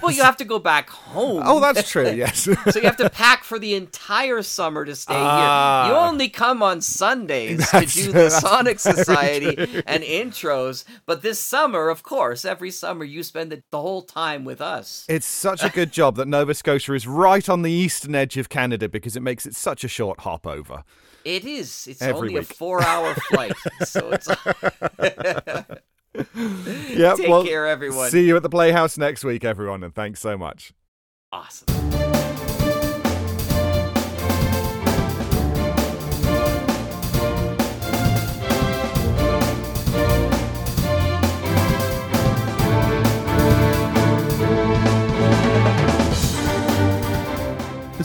well, you have to go back home. Oh, that's true, yes. so you have to pack for the entire summer to stay ah, here. You only come on Sundays to do the Sonic Society true. and intros. But this summer, of course, every summer you spend the, the whole time with us. It's such a good job that Nova Scotia is right on the eastern edge of Canada because it makes it such a short hop over. It is. It's Every only week. a four-hour flight, so it's. yeah. Take well, care, everyone. See you at the Playhouse next week, everyone, and thanks so much. Awesome. The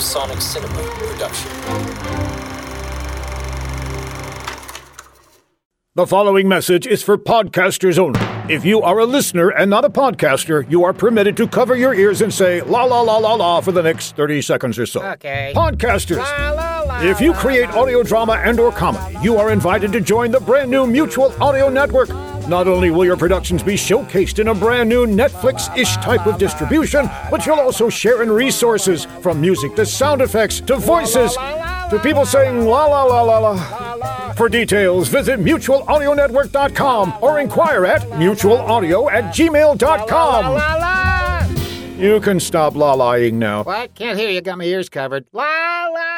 Sonic Cinema production. The following message is for podcasters only. If you are a listener and not a podcaster, you are permitted to cover your ears and say la la la la la for the next 30 seconds or so. Okay. Podcasters. La, la, la, if you create audio drama and or comedy, you are invited to join the brand new Mutual Audio Network. Not only will your productions be showcased in a brand new Netflix ish type of distribution, but you'll also share in resources from music to sound effects to voices to people saying la la la la la. For details, visit mutualaudionetwork.com or inquire at mutualaudio at gmail.com. You can stop la laing now. What? Can't hear you. Got my ears covered. La la.